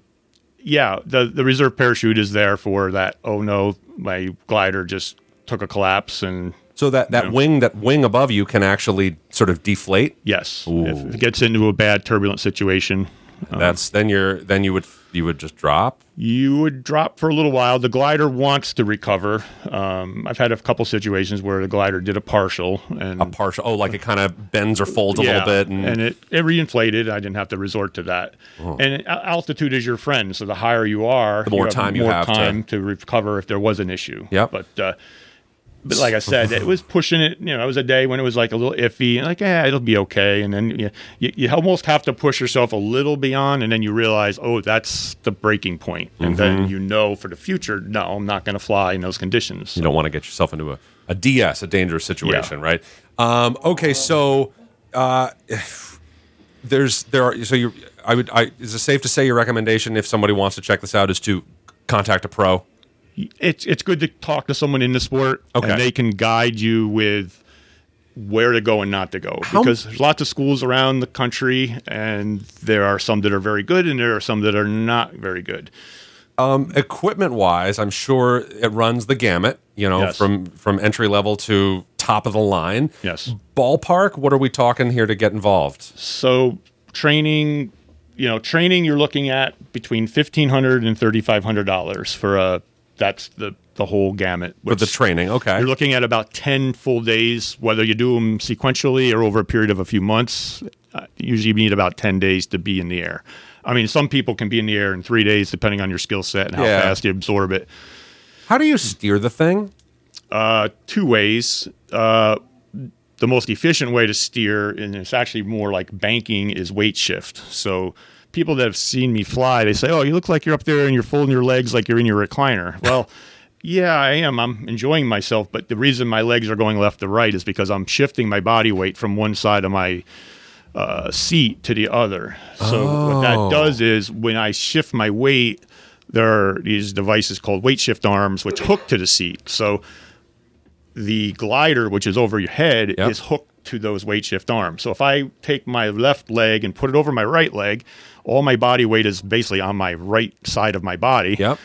Speaker 2: yeah, the the reserve parachute is there for that. Oh no, my glider just took a collapse, and
Speaker 1: So that, that wing, that wing above you can actually sort of deflate.
Speaker 2: yes, if
Speaker 1: Ooh.
Speaker 2: it gets into a bad turbulent situation,
Speaker 1: That's then you're then you would you would just drop.
Speaker 2: you would drop for a little while. The glider wants to recover. Um, I've had a couple situations where the glider did a partial and
Speaker 1: A partial. Oh, like it kind of bends or folds a little bit, and,
Speaker 2: it, it reinflated. I didn't have to resort to that. And al- altitude is your friend, so the higher you are, the
Speaker 1: more time you
Speaker 2: more
Speaker 1: have to-
Speaker 2: time to. recover if there was an issue.
Speaker 1: Yep.
Speaker 2: But uh, but like I said, it was pushing it. You know, it was a day when it was like a little iffy, and like, eh, it'll be okay. And then you, you, you almost have to push yourself a little beyond, and then you realize, oh, that's the breaking point.
Speaker 1: Mm-hmm.
Speaker 2: And then you know for the future, no, I'm not going to fly in those conditions.
Speaker 1: you don't want to get yourself into a, a DS, a dangerous situation, right? Um, okay, so uh, there's there are so you I would I is it safe to say your recommendation if somebody wants to check this out is to contact a pro?
Speaker 2: it's it's good to talk to someone in the sport
Speaker 1: Okay.
Speaker 2: and they can guide you with where to go and not to go
Speaker 1: How-
Speaker 2: because there's lots of schools around the country and there are some that are very good and there are some that are not very good
Speaker 1: Equipment wise, I'm sure it runs the gamut, you know,
Speaker 2: Yes.
Speaker 1: from from entry level to top of the line.
Speaker 2: Yes.
Speaker 1: Ballpark, what are we talking here to get involved?
Speaker 2: so training you know training you're looking at between 1500 and 3500 dollars for a that's the the whole gamut
Speaker 1: For the
Speaker 2: which
Speaker 1: training, okay.
Speaker 2: you're looking at about 10 full days whether you do them sequentially or over a period of a few months uh, usually you need about 10 days to be in the air i mean some people can be in the air in three days depending on your skill set and how
Speaker 1: Yeah.
Speaker 2: fast you absorb it
Speaker 1: How do you steer the thing?
Speaker 2: uh, two ways uh, the most efficient way to steer and it's actually more like banking is weight shift so people that have seen me fly they say oh you look like you're up there and you're folding your legs like you're in your recliner well yeah i am i'm enjoying myself but the reason my legs are going left to right is because i'm shifting my body weight from one side of my uh, seat to the other so what
Speaker 1: Oh.
Speaker 2: that does is when i shift my weight there are these devices called weight shift arms which hook to the seat so the glider, which is over your head,
Speaker 1: Yep.
Speaker 2: is hooked to those weight shift arms. So if I take my left leg and put it over my right leg, all my body weight is basically on my right side of my body,
Speaker 1: Yep.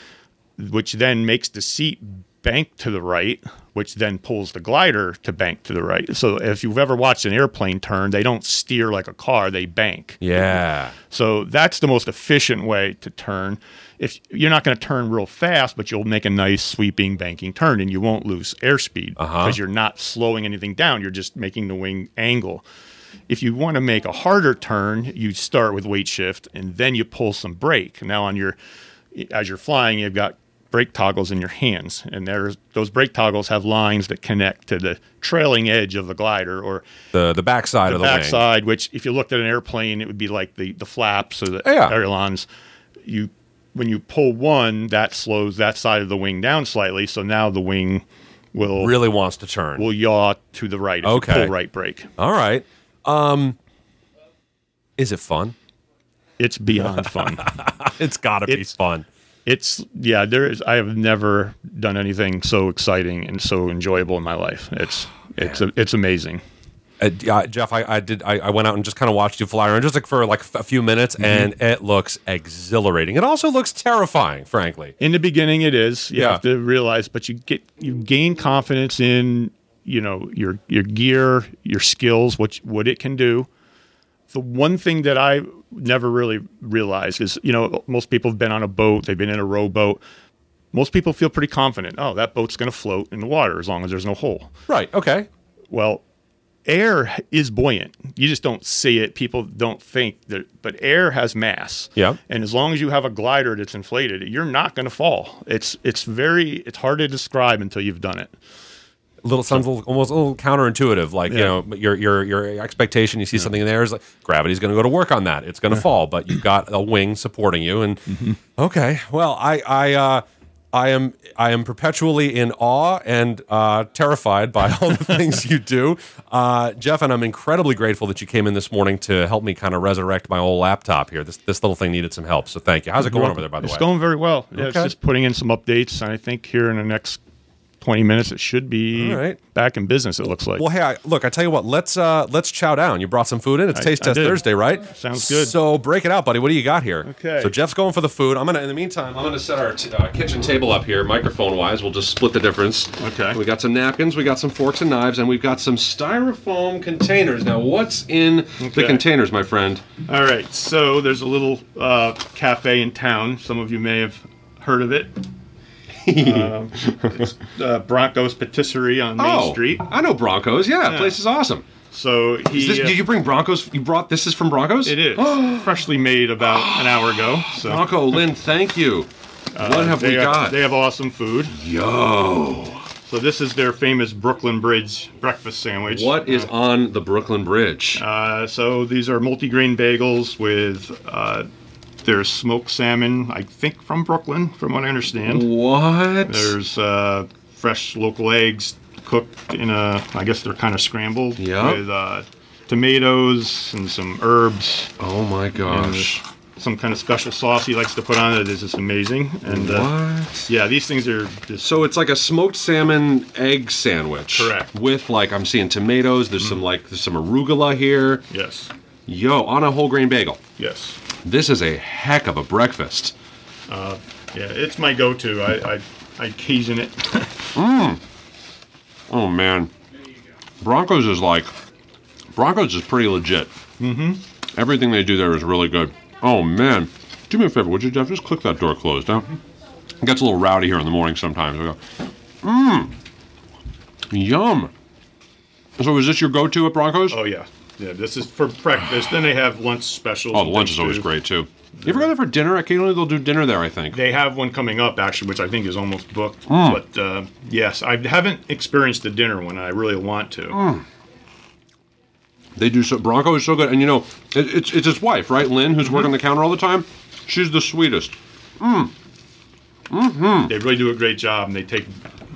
Speaker 2: which then makes the seat bank to the right, which then pulls the glider to bank to the right. So if you've ever watched an airplane turn, they don't steer like a car, they bank.
Speaker 1: Yeah.
Speaker 2: So that's the most efficient way to turn. If you're not going to turn real fast, but you'll make a nice sweeping banking turn and you won't lose airspeed because you're not slowing anything down. You're just making the wing angle. If you want to make a harder turn, you start with weight shift and then you pull some brake. Now on your as you're flying, you've got brake toggles in your hands and there's those brake toggles have lines that connect to the trailing edge of the glider or
Speaker 1: The the backside of the wing.
Speaker 2: backside, which if you looked at an airplane, it would be like the the flaps or the
Speaker 1: Oh, Yeah.
Speaker 2: ailerons. You when you pull one, that slows that side of the wing down slightly. So now the wing will
Speaker 1: Really wants to turn.
Speaker 2: will yaw to the right. If
Speaker 1: Okay.
Speaker 2: you pull right brake.
Speaker 1: All right. Um, is it fun?
Speaker 2: It's beyond fun.
Speaker 1: It's got to be
Speaker 2: It's-
Speaker 1: fun.
Speaker 2: It's yeah. There is. I have never done anything so exciting and so enjoyable in my life. It's it's a, it's amazing.
Speaker 1: Uh, yeah, Jeff, I, I did. I, I went out and just kind of watched you fly around, just like for like a few minutes,
Speaker 2: Mm-hmm.
Speaker 1: and it looks exhilarating. It also looks terrifying, frankly.
Speaker 2: in the beginning it is you
Speaker 1: Yeah.
Speaker 2: have to realize but you get you gain confidence in you know your your gear your skills what you- what it can do the one thing that i never really realized is you know most people have been on a boat they've been in a rowboat most people feel pretty confident oh that boat's going to float in the water as long as there's no hole
Speaker 1: Right. Okay.
Speaker 2: well, air is buoyant. You just don't see it. People don't think that, but air has mass.
Speaker 1: Yeah.
Speaker 2: And as long as you have a glider that's inflated, you're not going to fall. It's it's very it's hard to describe until you've done it.
Speaker 1: Little sounds a little, almost a little counterintuitive. Like you
Speaker 2: Yeah.
Speaker 1: know, your your your expectation. You see something in there is like gravity's going to go to work on that. It's going to fall, but you've got a wing supporting you. And
Speaker 2: Mm-hmm.
Speaker 1: okay, well, I I. Uh, I am I am perpetually in awe and uh, terrified by all the things you do, uh, Jeff. And I'm incredibly grateful that you came in this morning to help me kind of resurrect my old laptop here. This this little thing needed some help, so thank you. How's it going over there, by the
Speaker 2: it's
Speaker 1: way?
Speaker 2: going very well. Yeah, It's
Speaker 1: Okay.
Speaker 2: just putting in some updates, and I think here in the next 20 minutes, it should be
Speaker 1: All right.
Speaker 2: back in business, it looks like.
Speaker 1: Well, hey, I, look, I tell you what, let's uh let's chow down. You brought some food in. It's
Speaker 2: I-
Speaker 1: Taste Test
Speaker 2: I did.
Speaker 1: Thursday, right?
Speaker 2: Sounds good.
Speaker 1: So break it out, buddy. What do you got here?
Speaker 2: Okay.
Speaker 1: So Jeff's going for the food. I'm gonna. In the meantime, I'm gonna set our t- uh, kitchen table up here, microphone wise. We'll just split the difference.
Speaker 2: Okay.
Speaker 1: We got some napkins. We got some forks and knives, and we've got some styrofoam containers. Now, what's in the
Speaker 2: Okay.
Speaker 1: containers, my friend?
Speaker 2: All right, so there's a little uh, cafe in town. Some of you may have heard of it. Um, it's, uh, Broncos Patisserie on Main Street.
Speaker 1: I know Broncos. Yeah, place is awesome.
Speaker 2: So
Speaker 1: Oh. Is
Speaker 2: he,
Speaker 1: this-
Speaker 2: uh,
Speaker 1: Did you bring Broncos? You brought this is from Broncos.
Speaker 2: it is freshly made about an hour ago. So
Speaker 1: Bronco Lynn, thank you. what have
Speaker 2: Uh, they
Speaker 1: we
Speaker 2: are-
Speaker 1: got?
Speaker 2: They have awesome food.
Speaker 1: Yo.
Speaker 2: So this is their famous Brooklyn Bridge breakfast sandwich.
Speaker 1: What is on the Brooklyn Bridge?
Speaker 2: Uh, so these are multigrain bagels with uh, there's smoked salmon, I think from Brooklyn, from what I understand.
Speaker 1: what?
Speaker 2: There's uh, fresh local eggs cooked in a, I guess they're kind of scrambled
Speaker 1: Yeah.
Speaker 2: with uh, tomatoes and some herbs.
Speaker 1: oh my
Speaker 2: and
Speaker 1: gosh.
Speaker 2: Some kind of special sauce he likes to put on it is just amazing. And uh,
Speaker 1: What?
Speaker 2: yeah, these things are just
Speaker 1: So it's like a smoked salmon egg sandwich.
Speaker 2: Correct. Mm.
Speaker 1: With like I'm seeing tomatoes. There's some like there's some arugula here.
Speaker 2: yes,
Speaker 1: Yo, on a whole grain bagel.
Speaker 2: yes,
Speaker 1: This is a heck of a breakfast.
Speaker 2: yeah. It's my go-to. I I, I cajun it.
Speaker 1: Oh man, Broncos is like Broncos is pretty legit. Mm-hmm. Everything they do there is really good. Oh man, do me a favor, would you, Jeff? Just click that door closed. Huh? It gets a little rowdy here in the morning sometimes. I go, mmm, yum. So is this your go-to at Broncos?
Speaker 2: oh yeah, yeah. This is for breakfast. then they have lunch specials.
Speaker 1: oh,
Speaker 2: and
Speaker 1: the lunch
Speaker 2: things,
Speaker 1: is always
Speaker 2: too.
Speaker 1: great too. You ever go there for dinner? Occasionally they'll do dinner there. I think.
Speaker 2: They have one coming up actually, which I think is almost booked.
Speaker 1: Hmm.
Speaker 2: But uh, yes, I haven't experienced the dinner one. and I really want to.
Speaker 1: Hmm. They do so. Bronco is so good, and you know, it, it's it's his wife, right, Lynn, who's working the counter all the time. She's the sweetest.
Speaker 2: They really do a great job, and they take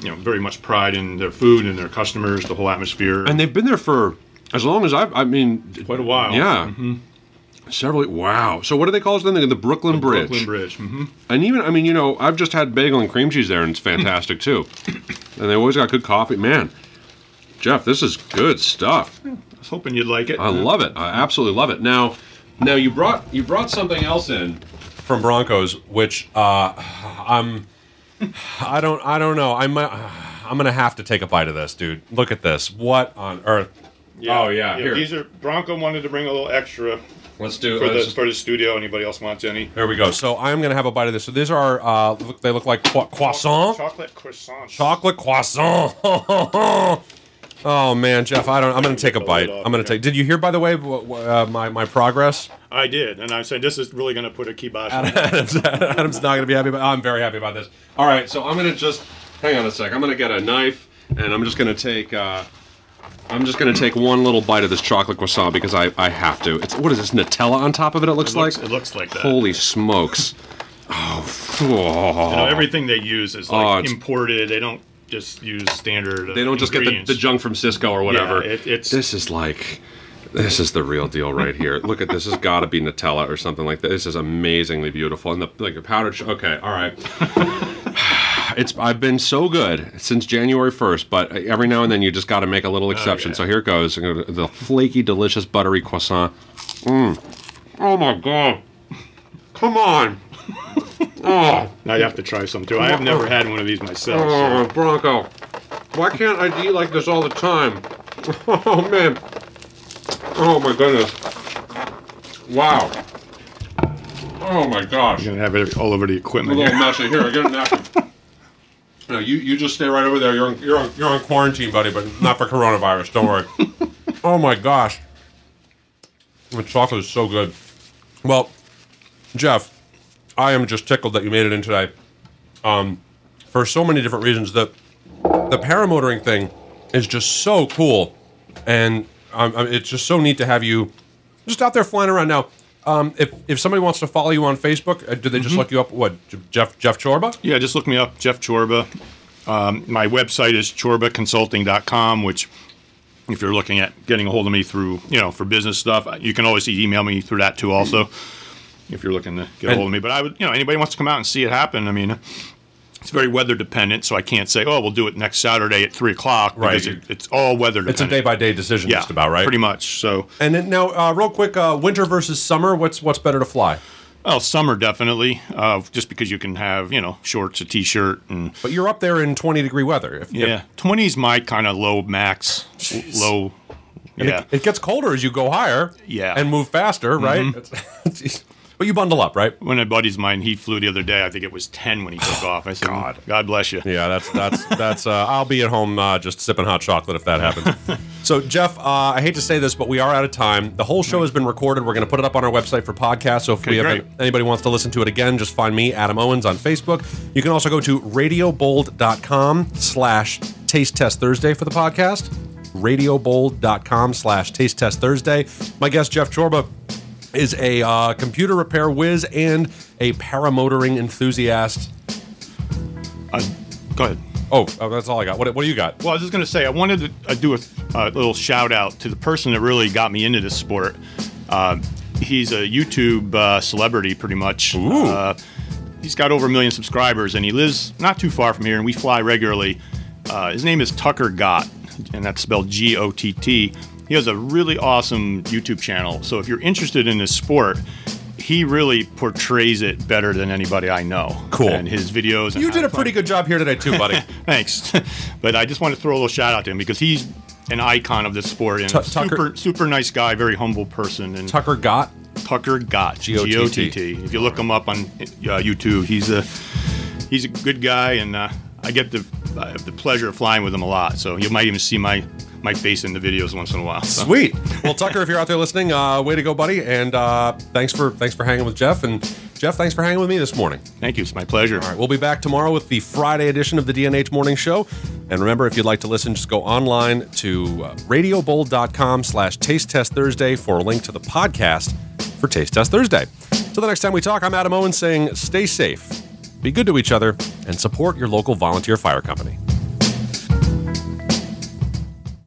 Speaker 2: you know very much pride in their food and their customers, the whole atmosphere.
Speaker 1: and they've been there for as long as I've. I mean,
Speaker 2: Quite a while.
Speaker 1: Yeah, several. Wow. So what do they call it then? The, the Brooklyn Bridge.
Speaker 2: Brooklyn Bridge. hmm
Speaker 1: And even I mean, you know, I've just had bagel and cream cheese there, and it's fantastic too. And they always got good coffee. Man, Jeff, this is good stuff.
Speaker 2: I was hoping you'd like it.
Speaker 1: I love it. I absolutely love it. Now, now you brought you brought something else in from Broncos, which uh, I'm I don't I don't know. I'm uh, I'm gonna have to take a bite of this, dude. Look at this. What on earth? oh yeah, here.
Speaker 2: These are Bronco wanted to bring a little extra
Speaker 1: Let's do
Speaker 2: for
Speaker 1: uh,
Speaker 2: the
Speaker 1: this. is-
Speaker 2: for the studio. Anybody else wants any?
Speaker 1: There we go. So I'm gonna have a bite of this. So these are uh, look, they look like cro- croissant,
Speaker 2: Chocolate croissant.
Speaker 1: chocolate croissant. oh man, Jeff, I don't. I'm gonna take a bite. I'm gonna take. Did you hear by the way wh- wh- uh, my my progress?
Speaker 2: I did, and I said this is really going to put a kibosh. on it.
Speaker 1: Adam's, Adam's not gonna be happy. About, I'm very happy about this. All right, so I'm gonna just hang on a sec. I'm gonna get a knife and I'm just gonna take. Uh, I'm just gonna take one little bite of this chocolate croissant because I, I have to. It's what is this Nutella on top of it? It looks,
Speaker 2: It looks,
Speaker 1: like.
Speaker 2: it looks like that.
Speaker 1: Holy smokes! Oh,
Speaker 2: You know, everything they use is
Speaker 1: Oh,
Speaker 2: like
Speaker 1: it's-
Speaker 2: imported. They don't just use standard. uh,
Speaker 1: they don't just get the,
Speaker 2: ingredients.
Speaker 1: the junk from Cisco or whatever.
Speaker 2: Yeah, it- it's-
Speaker 1: this is like, this is the real deal right here. Look at this. Has got to be Nutella or something like that. This is amazingly beautiful. And the like the powdered. Ch- okay, all right. it's I've been so good since January first, but every now and then you just got to make a little exception.
Speaker 2: Oh, yeah.
Speaker 1: So here it goes. The flaky, delicious, buttery croissant. Mm. Oh my god! Come on! oh.
Speaker 2: I'd have to try some too. I have never had one of these myself. so-
Speaker 1: Oh, Bronco. Why can't I eat like this all the time? Oh, man. Oh, my goodness. Wow. Oh, my gosh.
Speaker 2: You're gonna have it all over the
Speaker 1: A
Speaker 2: equipment.
Speaker 1: little
Speaker 2: Here.
Speaker 1: messy. Here, I get a napkin. No, you, you just stay right over there. You're on, you're, on, you're on quarantine, buddy, but not for coronavirus. Don't worry. oh, my gosh. The chocolate is so good. Well, Jeff, I am just tickled that you made it in today. Um, for so many different reasons. The the paramotoring thing is just so cool, and um, um, it's just so neat to have you just out there flying around. Now, um, if if somebody wants to follow you on Facebook, uh, do they just
Speaker 2: Mm-hmm.
Speaker 1: look you up? What J- Jeff Jeff Chorba?
Speaker 2: Yeah, just look me up, Jeff Chorba. Um, my website is chorbaconsulting.com, which if you're looking at getting a hold of me through, you know, for business stuff, you can always email me through that too. Also, if you're looking to get a
Speaker 1: And-
Speaker 2: hold of me, but I would, you know, anybody wants to come out and see it happen. I mean, it's very weather dependent, so I can't say, oh, we'll do it next Saturday at three o'clock.
Speaker 1: Right.
Speaker 2: Because it, it's all weather dependent.
Speaker 1: It's a day by day decision,
Speaker 2: yeah,
Speaker 1: just about right.
Speaker 2: Pretty much. So,
Speaker 1: And then now, uh, real quick, uh, winter versus summer. What's what's better to fly?
Speaker 2: well, summer definitely, uh, just because you can have you know shorts, a t-shirt, and
Speaker 1: But you're up there in 20 degree weather. If,
Speaker 2: yeah, twenty is my kind of low max, l- low. Yeah,
Speaker 1: It gets colder as you go higher.
Speaker 2: Yeah. Mm-hmm.
Speaker 1: And move faster, right? It's- but you bundle up, right?
Speaker 2: one of my buddies of mine, he flew the other day. I think it was ten when he took off. I said,
Speaker 1: God.
Speaker 2: God, bless you.
Speaker 1: Yeah, that's that's that's. Uh, I'll be at home uh, just sipping hot chocolate if that happens. so, Jeff, uh, I hate to say this, but we are out of time. The whole show has been recorded. We're going to put it up on our website for podcast. So, if we have
Speaker 2: great.
Speaker 1: anybody wants to listen to it again, just find me, Adam Owens, on Facebook. You can also go to radiobold.com slash taste test Thursday for the podcast. Radiobold.com slash taste test Thursday. My guest, Jeff Chorba is a uh, computer repair whiz and a paramotoring enthusiast.
Speaker 2: Uh, go ahead.
Speaker 1: Oh, oh, that's all I got. What, what do you got?
Speaker 2: Well, I was just going to say, I wanted to uh, do a, a little shout out to the person that really got me into this sport. Uh, he's a YouTube uh, celebrity, pretty much.
Speaker 1: Ooh.
Speaker 2: Uh, he's got over a million subscribers, and he lives not too far from here, and we fly regularly. Uh, his name is Tucker Gott, and that's spelled G O T T. He has a really awesome YouTube channel. So if you're interested in this sport, he really portrays it better than anybody I know.
Speaker 1: Cool.
Speaker 2: And his videos. And
Speaker 1: You
Speaker 2: how
Speaker 1: did
Speaker 2: to
Speaker 1: a pretty good job here today, too, buddy.
Speaker 2: Thanks. but I just want to throw a little shout out to him because he's an icon of this sport and
Speaker 1: Tu-
Speaker 2: a
Speaker 1: Tucker-
Speaker 2: super, super nice guy, very humble person. And
Speaker 1: Tucker Gott.
Speaker 2: Tucker Gott, G
Speaker 1: G-O-T-T.
Speaker 2: O T T. If you look him up on uh, YouTube, he's a he's a good guy, and uh, I get the I have the pleasure of flying with him a lot. So you might even see my my face in the videos once in a while. So.
Speaker 1: Sweet. Well, Tucker, if you're out there listening, uh, way to go, buddy. And uh, thanks for thanks for hanging with Jeff. And Jeff, thanks for hanging with me this morning.
Speaker 2: Thank you. It's my pleasure.
Speaker 1: All right, we'll be back tomorrow with the Friday edition of the DNH Morning Show. And remember, if you'd like to listen, just go online to uh, radiobold.com slash Taste Test Thursday for a link to the podcast for Taste Test Thursday. Till the next time we talk, I'm Adam Owen saying stay safe, be good to each other, and support your local volunteer fire company.